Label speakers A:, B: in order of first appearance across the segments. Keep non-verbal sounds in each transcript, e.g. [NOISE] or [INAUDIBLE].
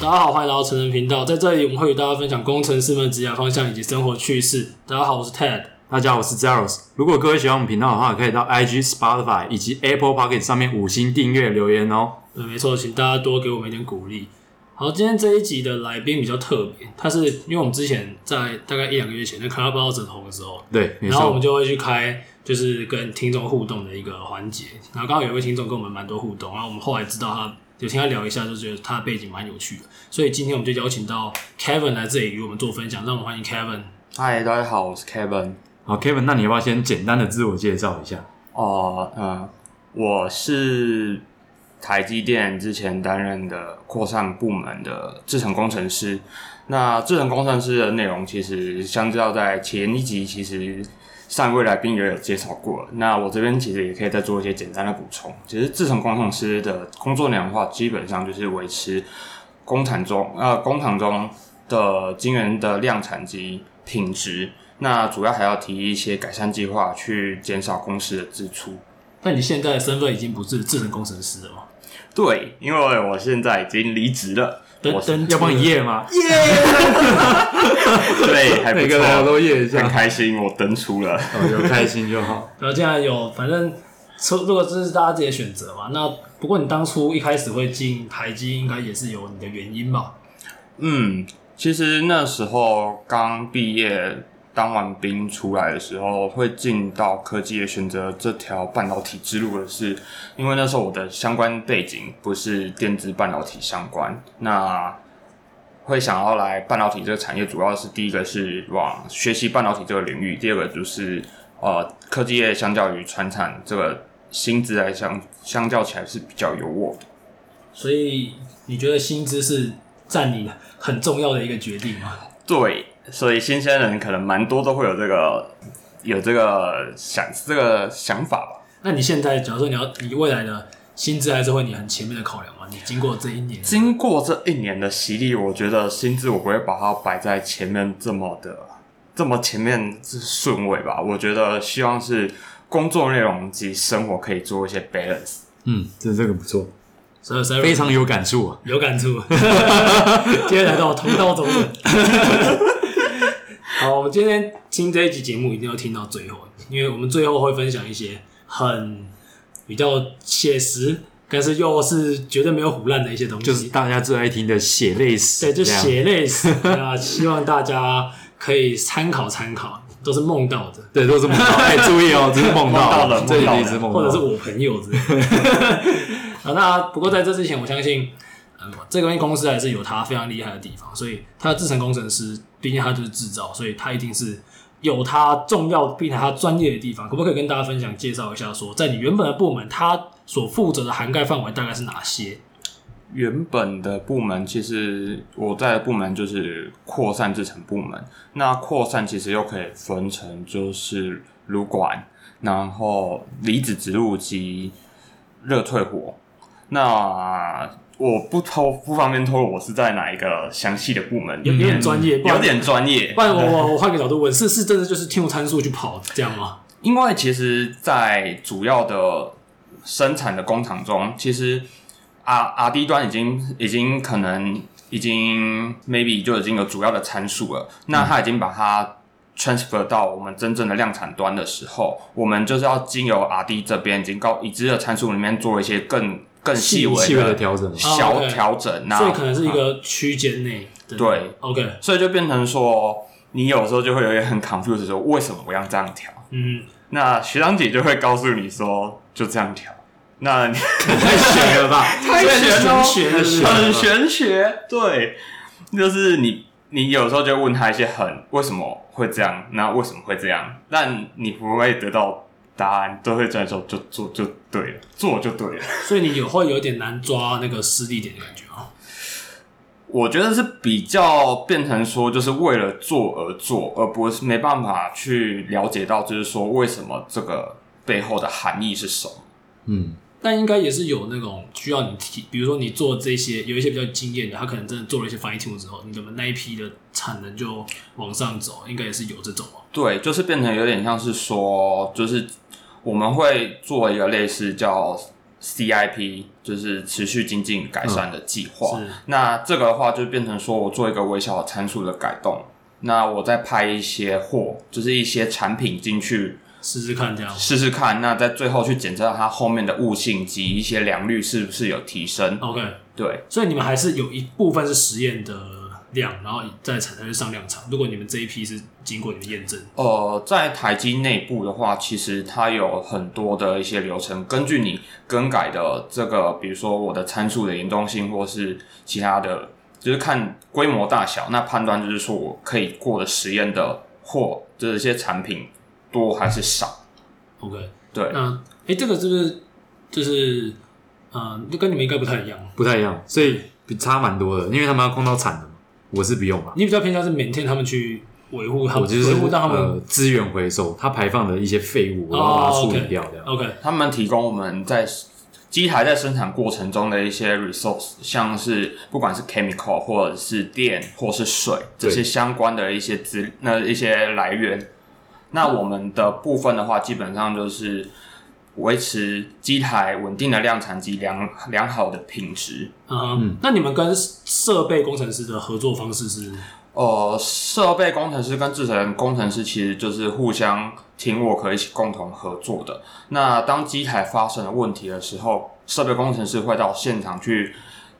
A: 大家好，欢迎来到成人频道，在这里我们会与大家分享工程师们职业方向以及生活趣事。大家好，我是 Ted。
B: 大家好，我是 Zeros。如果各位喜欢我们频道的话，可以到 IG、Spotify 以及 Apple Pocket 上面五星订阅留言哦。
A: 对，呃没错，请大家多给我们一点鼓励。好，今天这一集的来宾比较特别，他是因为我们之前在大概一两个月前在 Clubhouse 红的时候，
B: 对，没
A: 然后我
B: 错
A: 们，就会去开就是跟听众互动的一个环节。然后刚好有一位听众跟我们蛮多互动，然后我们后来知道他有听他聊一下，就觉得他的背景蛮有趣的。所以今天我们就邀请到 Kevin 来这里与我们做分享，让我们欢迎 Kevin。
C: 嗨，大家好，我是 Kevin。
B: 好，Kevin，那你要不要先简单的自我介绍一下？
C: 哦，呃，我是台积电之前担任的扩散部门的制程工程师。那制程工程师的内容，其实相较在前一集，其实上位来宾也有介绍过了。那我这边其实也可以再做一些简单的补充。其实制程工程师的工作内容的话，基本上就是维持工厂中呃工厂中的晶圆的量产及品质。那主要还要提一些改善计划，去减少公司的支出。
A: 那你现在的身份已经不是智能工程师了吗？
C: 对，因为我现在已经离职了，
A: 登
C: 我是
A: 登
B: 要帮你验吗？
C: 对，还不
B: 每个人
C: 错，啊
B: 都验一下
C: 很，开心，我登出了。
B: 哦，有开心就
A: [LAUGHS]
B: 好。
A: 然后现在有，反正说如果这是大家自己的选择嘛。那不过你当初一开始会进台积，应该也是有你的原因吧？
C: 嗯，其实那时候刚毕业，当完兵出来的时候，会进到科技业，选择这条半导体之路的是，因为那时候我的相关背景不是电子半导体相关，那会想要来半导体这个产业，主要是第一个是往学习半导体这个领域，第二个就是呃，科技业相较于传产这个薪资来相相较起来是比较优渥的。
A: 所以你觉得薪资是占你很重要的一个决定吗？
C: 对，所以新鲜人可能蛮多都会有这个有这个想这个想法吧。
A: 那你现在假如说你要你未来的薪资还是会你很前面的考量吗？你经过这一年，
C: 经过这一年的洗礼，我觉得薪资我不会把它摆在前面这么的这么前面是顺位吧。我觉得希望是工作内容及生活可以做一些 balance。
B: 嗯，这这个不错，
A: 所以所以
B: 非常有感触啊。
A: 有感触。 [LAUGHS] 今天来到同道中人。 [LAUGHS] 好，我们今天听这一集节目一定要听到最后，因为我们最后会分享一些很比较写实，但是又是绝对没有胡乱的一些东西，
B: 就是大家最爱听的血泪史，
A: 对，就
B: 这样
A: 血泪史啊，希望大家可以参考参考，都是梦到的。
B: 对，都是梦到。哎，注意哦，这是梦
C: 梦到
B: 到
C: 了
B: 这
C: 梦到
B: 一
C: 了
B: 定是梦
A: 或者是
B: 到。
A: 我朋友之类的。
C: [LAUGHS]
A: 啊，那不过在这之前，我相信，呃，这个公司还是有它非常厉害的地方，所以它的制程工程师，毕竟它就是制造，所以它一定是有它重要并且它专业的地方。可不可以跟大家分享介绍一下说在你原本的部门，它所负责的涵盖范围大概是哪些？
C: 原本的部门，其实我在的部门就是扩散制成部门。那扩散其实又可以分成就是炉管，然后离子植入及热退火。那我不透不方便透露我是在哪一个详细的部门里
A: 有
C: 面，
A: 有点专业不然
C: 有点专业
A: 不。然我我我换个角度问，是是真的就是听参数去跑这样吗？
C: 因为其实，在主要的生产的工厂中，其实 R R D 端已经已经可能已经 maybe 就已经有主要的参数了。那它已经把它 transfer 到我们真正的量产端的时候，我们就是要经由 R D 这边已经高已知的参数里面做一些更更细微
B: 细微的
C: 的 [LAUGHS]
B: 调整嘛
A: 哦
C: 小
A: ，OK
C: 调整。那
A: 所以可能是一个区间内的。
C: 对
A: ，OK，
C: 所以就变成说，你有时候就会有点很 confused，说为什么我要这样调？
A: 嗯，
C: 那学长姐就会告诉你说，就这样调。那 [LAUGHS] 你
B: 太悬了吧？
C: 太玄了哦
B: 玄学玄
C: 很玄学，对，就是你你有时候就问他一些很为什么会这样，那为什么会这样，但你不会得到答案，都会这样说就做就对了，做就对了。
A: 所以你有会有点难抓那个失力点的感觉啊。
C: 我觉得是比较变成说，就是为了做而做，而不是没办法去了解到，就是说为什么这个背后的含义是什么。
B: 嗯，
A: 但应该也是有那种需要你提，比如说你做这些有一些比较经验的，他可能真的做了一些 fine tune 之后，你的那一批的产能就往上走，应该也是有这种哦。
C: 对，就是变成有点像是说，就是我们会做一个类似叫 CIP，就是持续精进改善的计划。
A: 是
C: 那这个的话就变成说我做一个微小的参数的改动，那我再拍一些货，就是一些产品进去
A: 试试看这样。
C: 试试看，那在最后去检测它后面的悟性及一些良率是不是有提升。
A: OK，
C: 对，
A: 所以你们还是有一部分是实验的量，然后再才才会上量产。如果你们这一批是经过你们验证，
C: 呃，在台积内部的话，其实它有很多的一些流程，根据你更改的这个，比如说我的参数的严重性，或是其他的，就是看规模大小，那判断就是说我可以过的实验的货，这些产品多还是少。
A: OK，
C: 对，
A: 那哎、诶这个是不是就是呃，就跟你们应该不太一样？
B: 不太一样，所以比差蛮多的，因为他们要控到产能，我是不用嘛，
A: 你比较偏向是每天他们去维护他
B: 我
A: 们，
B: 就是
A: 维护让他们、
B: 呃资源回收，它排放的一些废物，我要把它处理掉，这样。
A: OK
C: 他们提供我们在机台在生产过程中的一些 resource，像是不管是 chemical 或者是电或是水这
B: 对
C: 些相关的一些资那一些来源。那我们的部分的话，基本上就是维持机台稳定的量产及良良好的品质。
A: 啊、
C: 嗯
A: 那你们跟设备工程师的合作方式是
C: 呃，设备工程师跟制程工程师其实就是互相 teamwork 一起共同合作的。那当机台发生了问题的时候，设备工程师会到现场去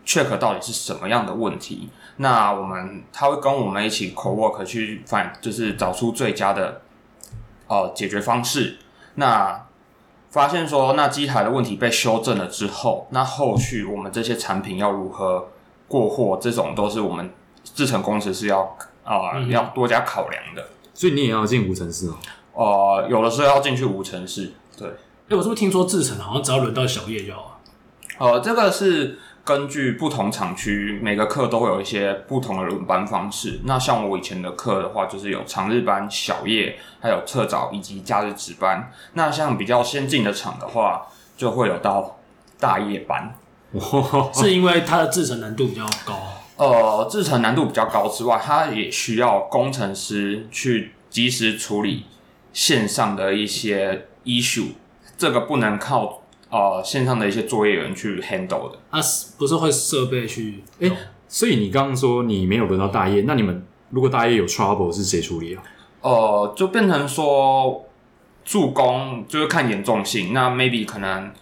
C: check 到底是什么样的问题。那我们他会跟我们一起 co work 去反，就是找出最佳的呃解决方式。那发现说，那机台的问题被修正了之后，那后续我们这些产品要如何过货，这种都是我们制程工程师要啊、呃
A: 嗯哼
C: 要多加考量的。
B: 所以你也要进无尘室哦。
C: 呃，有的时候要进去无尘室，对，
A: 哎、我是不是听说制程好像只要轮到小叶就好啊？
C: 呃，这个是根据不同厂区每个课都会有一些不同的轮班方式。那像我以前的课的话，就是有长日班、小夜，还有特早以及假日值班。那像比较先进的厂的话，就会有到大夜班。
A: [LAUGHS]
C: 哦
A: 是因为它的制程难度比较高，
C: 呃，制成难度比较高之外，它也需要工程师去及时处理线上的一些 issue，这个不能靠呃线上的一些作业员去 handle 的。
A: 啊，是不是会设备去
B: 哎、所以你刚刚说你没有轮到大业，那你们如果大业有 trouble 是谁处理啊？
C: 呃，就变成说助攻就是看严重性，那 maybe 可能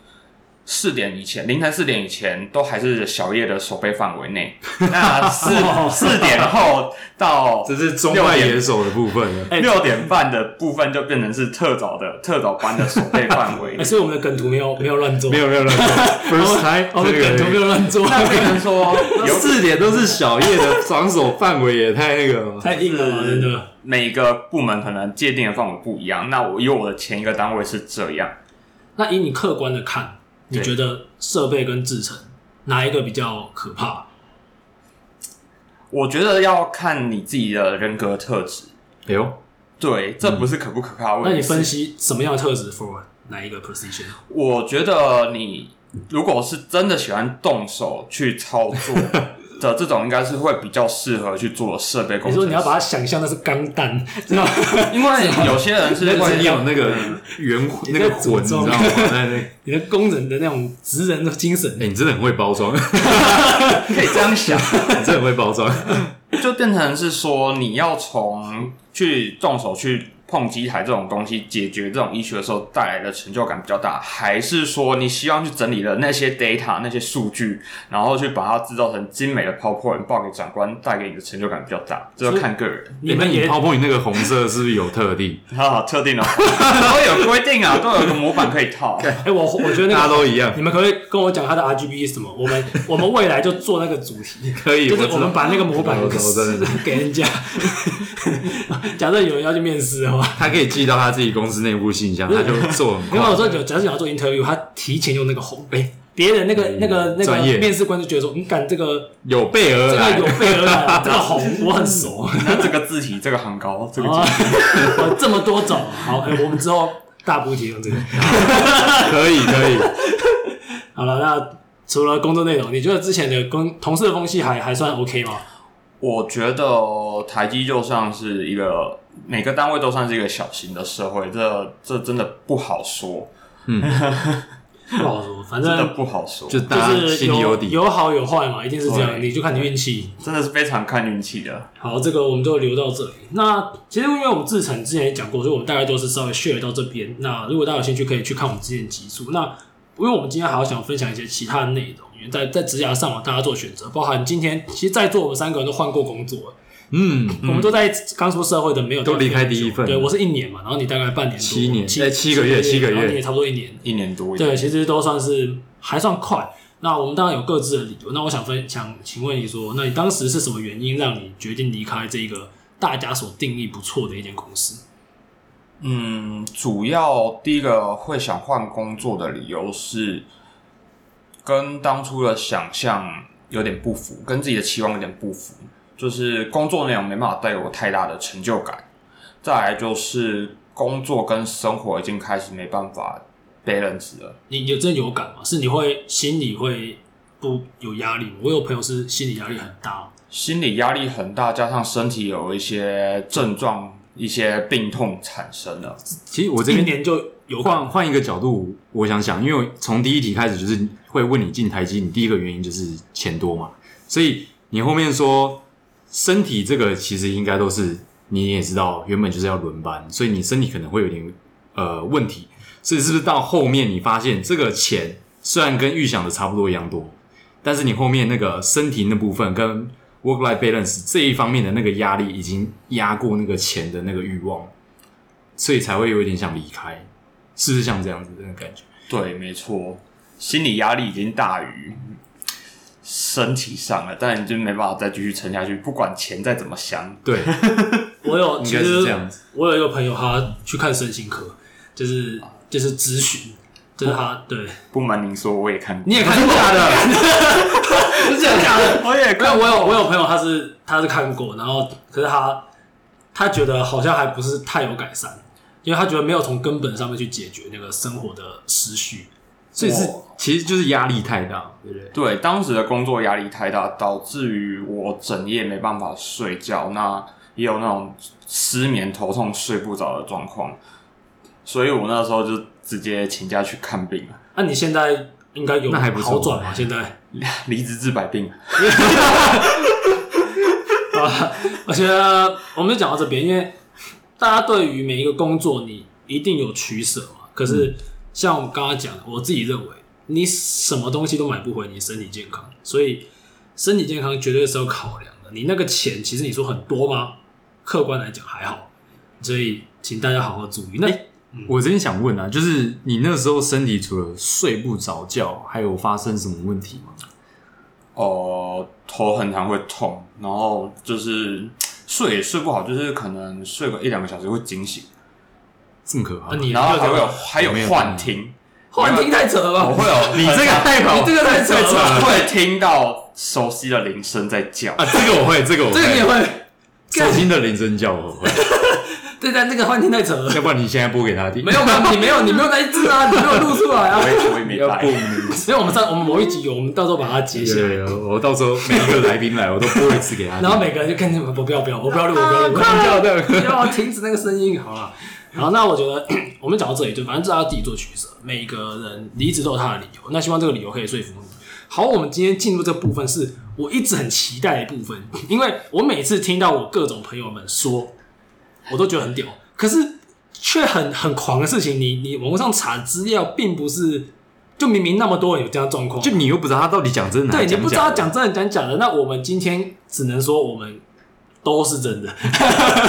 C: 四点以前，凌晨四点以前都还是小叶的守备范围
A: [LAUGHS]
C: 内，那四四点后到
B: 这是中外野手的部分啊
A: 哎
B: 了。
C: 六点半的部分就变成是特早的特早班的守备范围
A: 哎、。所以我们的梗图没有没有乱做，
B: [LAUGHS] 没有没有没有 [LAUGHS] ，first time，
A: 我们的梗图没有乱做，
C: 那变成说有
B: 四点都是小叶的防守范围也太那个了吧。
A: 太硬了嘛，真的。
C: 每个部门可能界定的范围不一样，那我因为我的前一个单位是这样。
A: 那以你客观的看，你
C: 对
A: 觉得设备跟制程哪一个比较可怕？
C: 我觉得要看你自己的人格特质，
B: 哎呦，
C: 对，这不是可不可靠的问题。
A: 那你分析什么样的特质 for 哪一个 position？
C: 我觉得你如果是真的喜欢动手去操作的这种，应该是会比较适合去做设备工
A: 你说
C: 程师。
A: 你要把它想象那是钢弹，知道吗？ [LAUGHS]
C: 因为有些人是
B: 但是
C: 会
B: 你有那 [LAUGHS] 个圆那个
A: 诅咒
B: 魂，你知 [LAUGHS] 道吗？那那，哎、
A: 你的工人的那种职人的精神。
B: 你真的很会包装，你
C: 可以这样想，
B: [LAUGHS] 真的很会包装。
C: 就变成是说你要从去动手去碰机台这种东西，解决这种医学的时候带来的成就感比较大，还是说你希望去整理了那些 data 那些数据，然后去把它制造成精美的 PowerPoint 报给长官，带给你的成就感比较大？这要看个人。
A: [LAUGHS] 你
B: 那
A: 们
B: 你
A: 也
B: 泡沫，你那个红色是不是有特例？
C: 啊，特定的 [LAUGHS] 都有规定啊，都有个模板可以 [LAUGHS] 套。
A: 哎、我我觉得那
B: 大
A: 个，
B: 家都一样，
A: 你们可不可以跟我讲它的 RGB 是什么？我们 [LAUGHS] 我们未来就做那个主题，
B: 可以。
A: 就是
B: 知道
A: 我们把那个模板
B: 我我真的是，
A: 给人家。 [LAUGHS] 假设有人要去面试的话，
B: 他可以寄到他自己公司内部信箱，他就做很
A: 因为
B: 快。
A: 我说有，假设想要做 interview，他提前用那个红，哎、别人那个那个那
B: 嗯专
A: 个
B: 业
A: 面试官就觉得说，你敢这个
B: 有备而
A: 这个
B: 来
A: 有，备而来，啊
B: [LAUGHS]
A: 这个红我很熟。
C: 那这个字体，这个行高，这个
A: 哦， [LAUGHS] 哦这么多种，好，哎我们之后大补题用这个。
B: 可以
A: [LAUGHS]
B: 可以。
A: 好了，那除了工作内容，你觉得之前的跟同事的风气还还算 OK 吗？
C: 我觉得台积就像是一个每个单位都算是一个小型的社会，这这真的不好说。
A: 不好说，反
C: 真的
A: 正
C: 不好说，
B: 就
A: 就
B: 大家
A: 是
B: 心里
A: 有
B: 有底。
A: 有好有坏嘛，一定是这样，
C: 对
A: 你就看你运气。
C: 真的是非常看运气的。
A: 好，这个我们就留到这里。那其实因为我们志成之前也讲过，所以我们大概都是稍微 share 到这边。那如果大家有兴趣，可以去看我们之前的集数。那因为我们今天还要想分享一些其他的内容，因为在在职涯上嘛，大家做选择，包含今天其实在座我们三个人都换过工作了，
B: 嗯，
A: 我们都在刚出社会的没有
B: 都离开第一
A: 多久
B: 份
A: 对我是一年嘛，然后你大概半年多
B: 七年哎七个月七个月
A: 然后你也差不多一年。
C: 一年多一点，
A: 对，其实都算是还算快。那我们当然有各自的理由。那我想分想请问你说，那你当时是什么原因让你决定离开这个大家所定义不错的一间公司？
C: 嗯，主要第一个会想换工作的理由是，跟当初的想象有点不符，跟自己的期望有点不符，就是工作内容没办法带给我太大的成就感。再来就是工作跟生活已经开始没办法 balance 了。
A: 你有真的有感吗？是你会心里会不有压力吗？我有朋友是心理压力很大，哦
C: 心理压力很大，加上身体有一些症状、一些病痛产生了。
B: 其实我这
A: 一
B: 边
A: 年就有感。
B: 换换一个角度，我想想，因为从第一题开始就是会问你进台积，你第一个原因就是钱多嘛，所以你后面说身体这个其实应该都是你也知道，原本就是要轮班，所以你身体可能会有点呃问题，所以是不是到后面你发现这个钱虽然跟预想的差不多一样多，但是你后面那个身体那部分跟 work life balance 这一方面的那个压力已经压过那个钱的那个欲望，所以才会有一点想离开，是不是像这样子的感觉？
C: 对，没错，心理压力已经大于身体上了，但已经没办法再继续撑下去。不管钱再怎么香，
B: 对，
A: [LAUGHS] 我有，
B: 应
A: 其
B: 该是这
A: 实
B: 样子。
A: 我有一个朋友，他去看身心科，就是就是咨询，就是
B: 哦
A: 他对
C: 不瞒您说，我也看过
A: 你，也看过
B: 假的？
A: 是这样讲的。
C: 我
A: [LAUGHS]
C: 也
A: 没有，我有我有朋友，他是他是看过，然后可是他他觉得好像还不是太有改善，因为他觉得没有从根本上面去解决那个生活的失序。
B: 所以是
C: 我
B: 哦其实就是压力太大，对不对？
C: [LAUGHS] 对，当时的工作压力太大，导致于我整夜没办法睡觉，那也有那种失眠、头痛、睡不着的状况，所以我那时候就直接请假去看病了，
A: 那、你现在应该有
B: 那还不错
A: 好转吗？现在，
C: 离职治百病。
A: 而且呃我们就讲到这边，因为大家对于每一个工作，你一定有取舍嘛。可是像我刚刚讲的，我自己认为，你什么东西都买不回你身体健康，所以身体健康绝对是要考量的。你那个钱，其实你说很多吗？客观来讲还好，所以请大家好好注意。那
B: 我这边想问啊，就是你那时候身体除了睡不着觉，还有发生什么问题吗？
C: 哦，头很常会痛，然后就是睡也睡不好，就是可能睡个一两个小时会惊醒，
B: 这么可怕？
A: 那啊你
C: 然后还会有还
B: 有没有
C: 有幻听，
A: 幻听太扯了吧？
C: 我会有
B: 你这个太好，
A: 你这个太扯了吧
C: 会听到熟悉的铃声在叫
B: [LAUGHS] 啊！，这个我会，这个我
A: 这个你也
B: 会。
A: 会？
B: 手心的铃声叫我会，
A: 对，但那个幻听太扯了。
B: 要不然你现在播给他听。 [LAUGHS]
A: 没有吧？你没有，你没有那一只啊，你没有录出来啊 [LAUGHS]
C: 我。也我也没
B: 要
C: 带
B: 不，你
A: 所以我们上我们某一集有，我们到时候把它截下来。
B: 对，我到时候每一个来宾来，我都播一次给他听。
A: 然后每个人就看见我不要不要，我不要录，我不要录，
B: 掉的
A: 不要停止那个声音，好了。然后那我觉得我们讲到这里，就反正大家自己做取舍，每个人离职都有他的理由。那希望这个理由可以说服你。好，我们今天进入这部分是我一直很期待的部分，因为我每次听到我各种朋友们说，我都觉得很屌，可是却很很狂的事情。你你网络上查资料，并不是就明明那么多人有这样的状况，
B: [LAUGHS] 就你又不知道他到底讲真的还
A: 对
B: 是
A: 你
B: 讲假的，
A: 不知道讲真的讲假的，那我们今天只能说我们都是真的，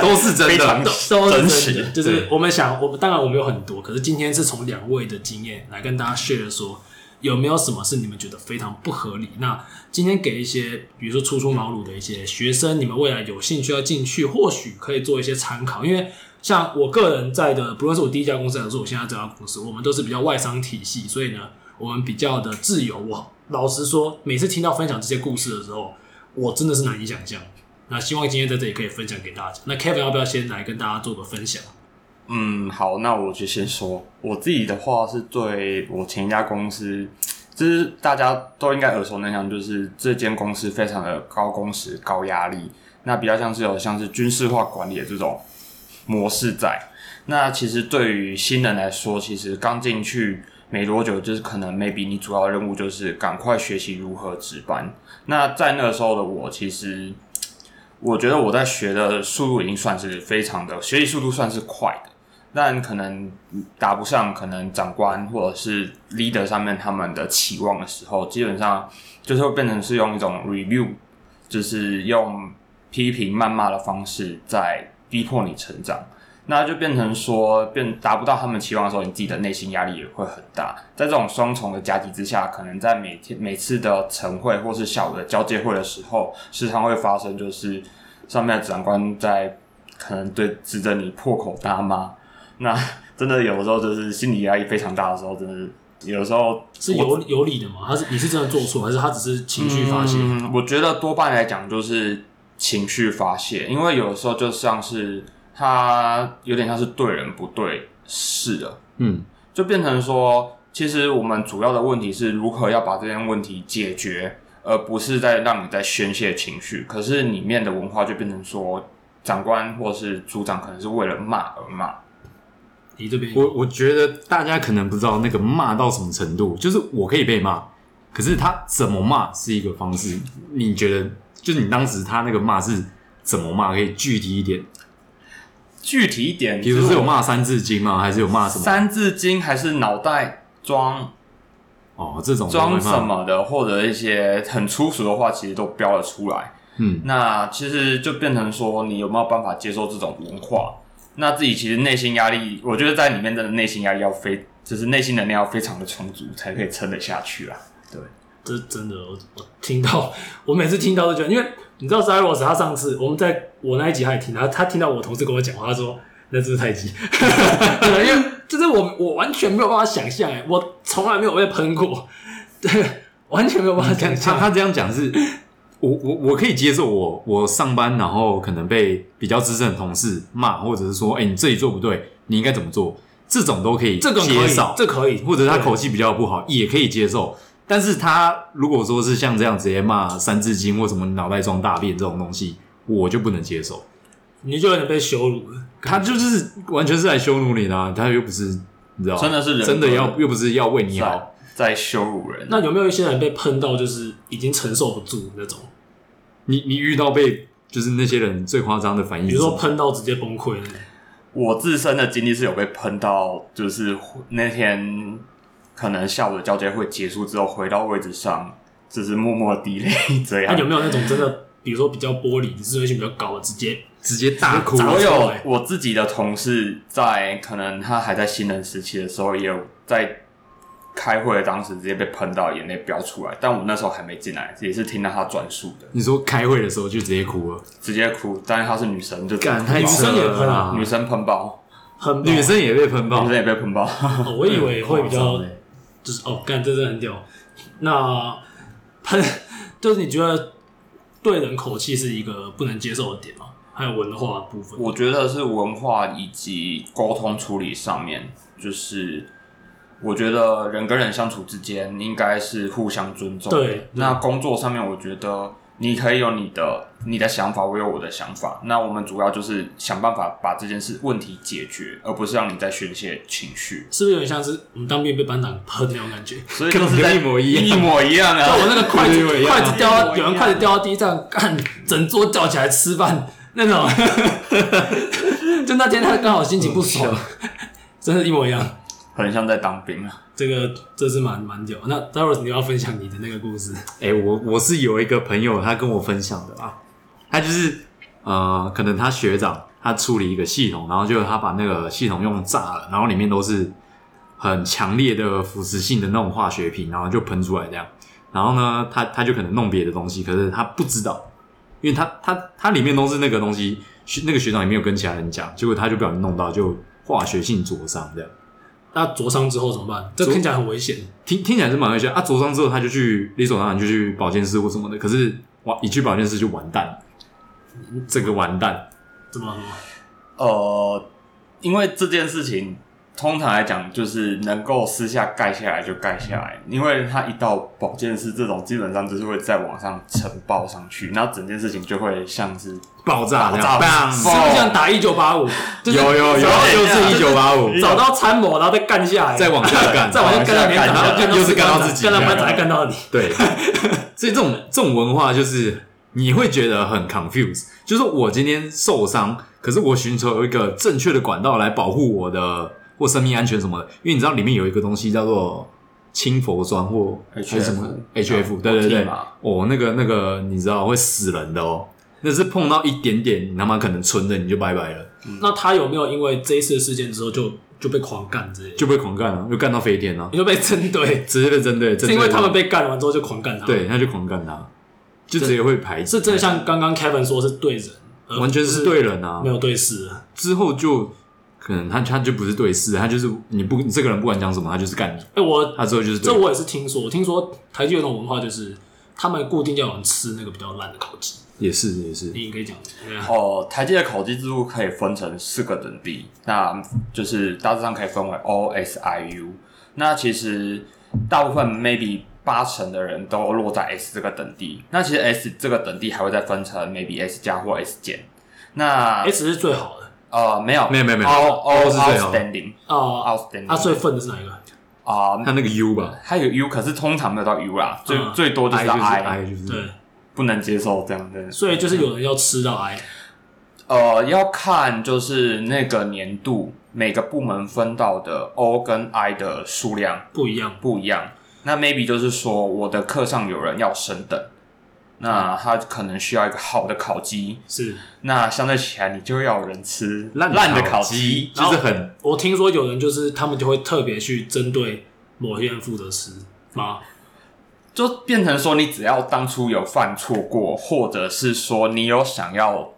B: 都是真
C: 非
A: [LAUGHS]
B: 的
C: 常。
A: 都都
C: 真
A: 是真的。
C: 实
A: 就是
B: 对
A: 我们想，我们当然我们有很多，可是今天是从两位的经验来跟大家 share 说，有没有什么是你们觉得非常不合理？那今天给一些，比如说初出茅庐的一些学生，你们未来有兴趣要进去，或许可以做一些参考，因为。像我个人在的，不论是我第一家公司，还是我现在这家公司，我们都是比较外商体系，所以呢，我们比较的自由。我老实说，每次听到分享这些故事的时候，我真的是难以想象。那希望今天在这里可以分享给大家。那 Kevin 要不要先来跟大家做个分享？
C: 嗯，好，那我就先说我自己的话，是对我前一家公司，就是大家都应该耳熟能详，就是这间公司非常的高工时、高压力，那比较像是有像是军事化管理的这种模式在。那其实对于新人来说，其实刚进去没多久就是可能 maybe 你主要任务就是赶快学习如何值班。那在那个时候的我，其实我觉得我在学的速度已经算是非常的，学习速度算是快的，但可能达不上可能长官或者是 leader 上面他们的期望的时候，基本上就是会变成是用一种 review，就是用批评谩骂的方式在逼迫你成长。那就变成说，变达不到他们期望的时候，你自己的内心压力也会很大。在这种双重的夹击之下，可能在每天每次的晨会或是下午的交接会的时候，时常会发生就是上面的长官在可能对指着你破口大骂。那真的有的时候就是心理压力非常大的时候，真的是有的时候
A: 是有有理的吗？他是你是真的做错，还是他只是情绪发泄？
C: 嗯我觉得多半来讲就是情绪发泄，因为有的时候就像是他有点像是对人不对事了，
B: 嗯，
C: 就变成说，其实我们主要的问题是如何要把这件问题解决，而不是在让你在宣泄情绪。可是里面的文化就变成说，长官或是组长可能是为了骂而骂，
A: 你这边
B: 我我觉得大家可能不知道那个骂到什么程度，就是我可以被骂，可是他怎么骂是一个方式。你觉得，就是你当时他那个骂是怎么骂？可以具体一点，
C: 具体一点，
B: 比如说是有骂《三字经》吗？还是有骂什么？
C: 三字经还是脑袋装
B: 哦，这种
C: 装
B: 都会
C: 什
B: 骂？
C: 么的，或者一些很粗俗的话，其实都标了出来。
B: 嗯，
C: 那其实就变成说，你有没有办法接受这种文化？那自己其实内心压力，我觉得在里面真的内心压力要非，就是内心能量要非常的充足，才可以撑得下去啊。
A: 这真的，我我听到，我每次听到都觉得，因为你知道 Zeros 他上次我们在我那一集他也听，他他听到我同事跟我讲话，他说那真是太
B: [LAUGHS]
A: 极， [LAUGHS] 对啊因为就是我我完全没有办法想象，哎，我从来没有被喷过，对，完全没有办法想
B: 他
A: 象，
B: 他这样讲是，我我我可以接受我我上班然后可能被比较资深的同事骂，或者是说，哎、你这里做不对，你应该怎么做，这种都可以
A: 这个可
B: 接
A: 以
B: 受，，
A: 这可以，
B: 或者他
A: 对
B: 口气比较不好也可以接受。但是他如果说是像这样直接骂《三字经》或什么“脑袋装大便”这种东西，我就不能接受。
A: 你就有点被羞辱了，
B: 他就是完全是来羞辱你的、啊，他又不是你知道，
C: 真的是人
B: 真的
C: 格啊
B: 要又不是要为你
C: 在
B: 好。
C: 在羞辱人，
A: 那有没有一些人被喷到就是已经承受不住那种，
B: 你你遇到被就是那些人最夸张的反应
A: 比
B: 是
A: 如
B: 什么，
A: 说喷到直接崩溃那种？
C: 我自身的经历是有被喷到，就是那天可能下午的交接会结束之后，回到位置上，就是默默地滴 [LAUGHS] 泪这
A: 那
C: 样
A: 有。没有那种真的，比如说比较玻璃，自尊心比较高的，直接
B: 直接大哭，
A: 砸
C: 我
A: 出
C: 有
A: 来
C: 我自己的同事在可能他还在新人时期的时候，也有在开会的当时直接被喷到眼泪飙出来，但我那时候还没进来，也是听到他转述的，
B: 你说开会的时候就直接哭了，直
C: 直接哭。但是她是女生，就
B: 干太
A: 女
B: 扯
A: 生也喷
B: 了
A: 啊
B: 啦，
C: 女生喷爆，
A: 很
B: 女生也被喷
C: 女
B: 爆
C: 生，也被喷爆。
A: 哦，我以为会比
B: 夸
A: 较
B: 张欸
A: 就是哦，干这真的很屌。那喷就是你觉得对人口气是一个不能接受的点吗？还有文化的部分，
C: 我觉得是文化以及沟通处理上面，就是我觉得人跟人相处之间应该是互相尊重的。
A: 对对
C: 那工作上面，我觉得你可以有你的你的想法，我有我的想法。那我们主要就是想办法把这件事问题解决，而不是让你在宣泄情绪。
A: 是不是有点像是我们当兵被班长喷那种感觉？
C: 所以就是
B: 根
C: 在
B: 本一模一样
C: 一模一样啊！
A: 那我那个筷子
B: [LAUGHS] 对对对
A: 筷子掉到，
C: 一模一
A: 有
C: 样
A: 人筷子掉到地上， [LAUGHS] 干整桌叫起来吃饭那种。 [LAUGHS] 就那天他刚好心情不
B: 嗯
A: 爽，
B: 啊
A: 真的，一模一样。
C: 很像在当兵啊。
A: 这个这是蛮蛮屌。那待会儿你要分享你的那个故事，
B: 哎、我我是有一个朋友，他跟我分享的啊，他就是呃，可能他学长他处理一个系统，然后就他把那个系统用炸了，然后里面都是很强烈的腐蚀性的那种化学品，然后就喷出来这样。然后呢，他他就可能弄别的东西，可是他不知道，因为他他他里面都是那个东西，学那个学长也没有跟其他人讲，结果他就不小心弄到，就化学性灼伤这样。
A: 那灼伤之后怎么办？这听起来很危险。
B: 听听起来是蛮危险啊。灼伤之后，他就去理所当然就去保健室或什么的。可是哇，一去保健室就完蛋，整个完蛋。
A: 怎么了？
C: 呃，因为这件事情通常来讲，就是能够私下盖下来就盖下来，因为它一到保健室这种，基本上就是会在往上承包上去，然后整件事情就会像是
B: 爆炸这样，
C: 爆炸
A: 是
B: 棒！
A: 不是像打一九八五？就是
B: 有有有，
A: 找到
B: 又是一九八五，
A: 找到参谋，然后再干下来，
B: 哎再往下
A: [LAUGHS]
B: 干，
A: 再往下干到你，
C: 干
A: 然后干到
B: 又是干到自己
A: 干到班长，再干到你。
B: 对，啊所以这种这种文化就是你会觉得很 confused，就是我今天受伤，可是我寻求一个正确的管道来保护我的或生命安全什么的，因为你知道里面有一个东西叫做氢佛酸或
C: HF
B: 还是什么
A: 啊
B: HF，对对对
C: 嘛，
B: 哦，那个那个你知道会死人的哦，那是碰到一点点，你他妈可能存着你就拜拜了，
A: 那他有没有因为这一次事件之后就就被狂干之类的？
B: 就被狂干了，就干到飞天了，
A: 你就被针对，
B: 直接被针对，针
A: 是
B: 对
A: 因为他们
B: 到
A: 被干完之后就狂干他。，
B: 对，那就狂干他，就直接会排挤，
A: 是真的像刚刚 Kevin 说，是对人，而
B: 完全
A: 不
B: 是
A: 是
B: 对人啊，
A: 没有对事了。
B: 之后就可能他他就不是对视，他就是你不你这个人不管讲什么，他就是干你，
A: 哎，我
B: 他之后就是对
A: 这我也是听说，我听说台剧有种文化，就是他们固定要有人吃那个比较烂的烤鸡。
B: 也是也是，
A: 你可以讲，对啊
C: 哦，台积的考级制度可以分成四个等级，那就是大致上可以分为 O、S、I、U。那其实大部分 maybe 八成的人都落在 S 这个等地。那其实 S 这个等地还会再分成 maybe S 加或 S 减。那
A: ，S 是最好的
C: 呃没有
B: 没有没有没有
C: O
B: O
C: O
B: 是最好的
C: outstanding
A: 哦。
C: outstanding
A: 他最愤的是哪一个？
C: 啊，
B: 他那个 U 吧，
C: 还有 U，可是通常没有到 U 啦，最
A: 嗯
C: 最多就是
B: 就是
C: I，
B: I 就是
A: 对，
C: 不能接受这样的。
A: 所以就是有人要吃到癌，
C: 呃，要看就是那个年度每个部门分到的 O 跟 I 的数量
A: 不一样。
C: 不一样。那 maybe 就是说，我的课上有人要升等，那他可能需要一个好的烤鸡。
A: 是
C: 那相对起来，你就要有人吃
B: 烂
C: 烂的
B: 烤
C: 烤
B: 鸡
C: 鸡，
B: 就是很
A: 我听说有人就是他们就会特别去针对某些人负责吃吗？
C: 就变成说，你只要当初有犯错过，或者是说你有想要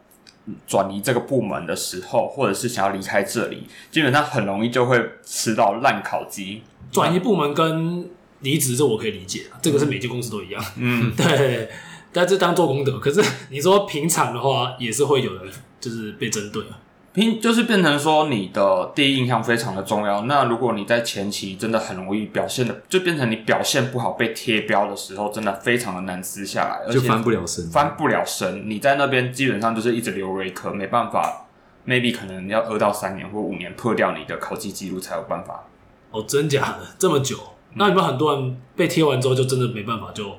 C: 转移这个部门的时候，或者是想要离开这里，基本上很容易就会吃到烂烤鸡。
A: 转移部门跟离职，这我可以理解，啊这个是每间公司都一样。[LAUGHS]
C: 嗯，
A: 对，但这当做功德。可是你说平常的话，也是会有人就是被针对啊。
C: 拼就是变成说你的第一印象非常的重要。那如果你在前期真的很容易表现的，就变成你表现不好被贴标的时候，真的非常的难撕下来，而且
B: 就翻不了身，
C: 翻不了身。你在那边基本上就是一直留瑞科，没办法，maybe 可能要二到三年或五年破掉你的考绩记录才有办法。
A: 哦，真假的这么久？那有没有很多人被贴完之后就真的没办法就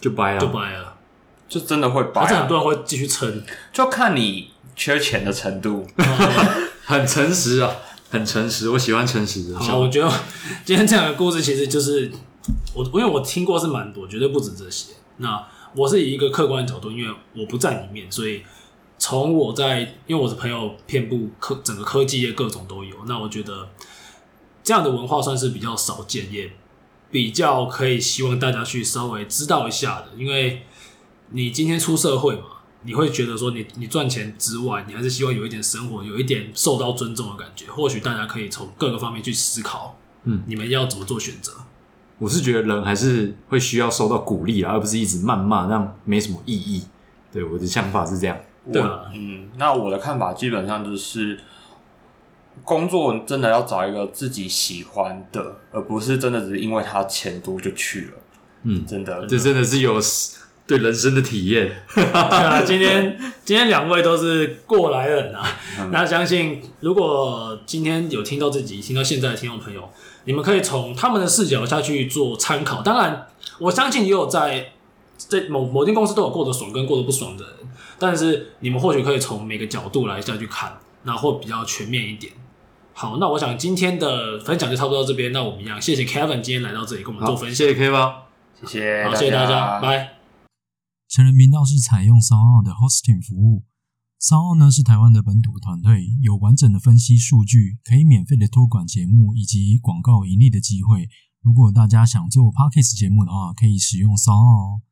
B: 就掰啊
A: 就
B: 了，
A: 掰了？
C: 就真的会
A: 还是很
C: 白，
A: 多人会继续撑？
C: 就看你缺钱的程度。
B: 很诚实啊，很诚实，我喜欢诚实
C: 哦
B: 的
A: 好，
B: 笑。
A: 我觉得今天这样的故事其实就是我，因为我听过是蛮多，绝对不止这些。那我是以一个客观的角度，因为我不在里面，所以从我在，因为我的朋友遍布科整个科技业各种都有。那我觉得这样的文化算是比较少见，也比较可以希望大家去稍微知道一下的，因为你今天出社会嘛。你会觉得说你你赚钱之外，你还是希望有一点生活，有一点受到尊重的感觉。或许大家可以从各个方面去思考，
B: 嗯，
A: 你们要怎么做选择？
B: 我是觉得人还是会需要受到鼓励啊，而不是一直谩骂，那样没什么意义。对我的想法是这样，
A: 对
C: 我
A: 啊
C: 嗯，那我的看法基本上就是，工作真的要找一个自己喜欢的，而不是真的只是因为他钱多就去了。
B: 嗯
C: 真的，
B: 这真的是有对人生的体验。
A: 对啊，今天今天两位都是过来人啊，那相信如果今天有听到这集，听到现在的听众朋友，你们可以从他们的视角下去做参考。当然，我相信也有在在某某间公司都有过得爽跟过得不爽的人，但是你们或许可以从每个角度来下去看，那会比较全面一点。好，那我想今天的分享就差不多到这边。那我们一样，谢谢 Kevin 今天来到这里跟我们做
B: 好，
A: 分
B: 谢
A: 享。
B: 谢 K 吧。
C: 谢谢
A: 好，谢谢大家，拜。
D: 成人频道是采用 s o n 的 hosting 服务 s o n 呢是台湾的本土团队，有完整的分析数据，可以免费的托管节目以及广告盈利的机会。如果大家想做 podcast 节目的话，可以使用 s o n 哦。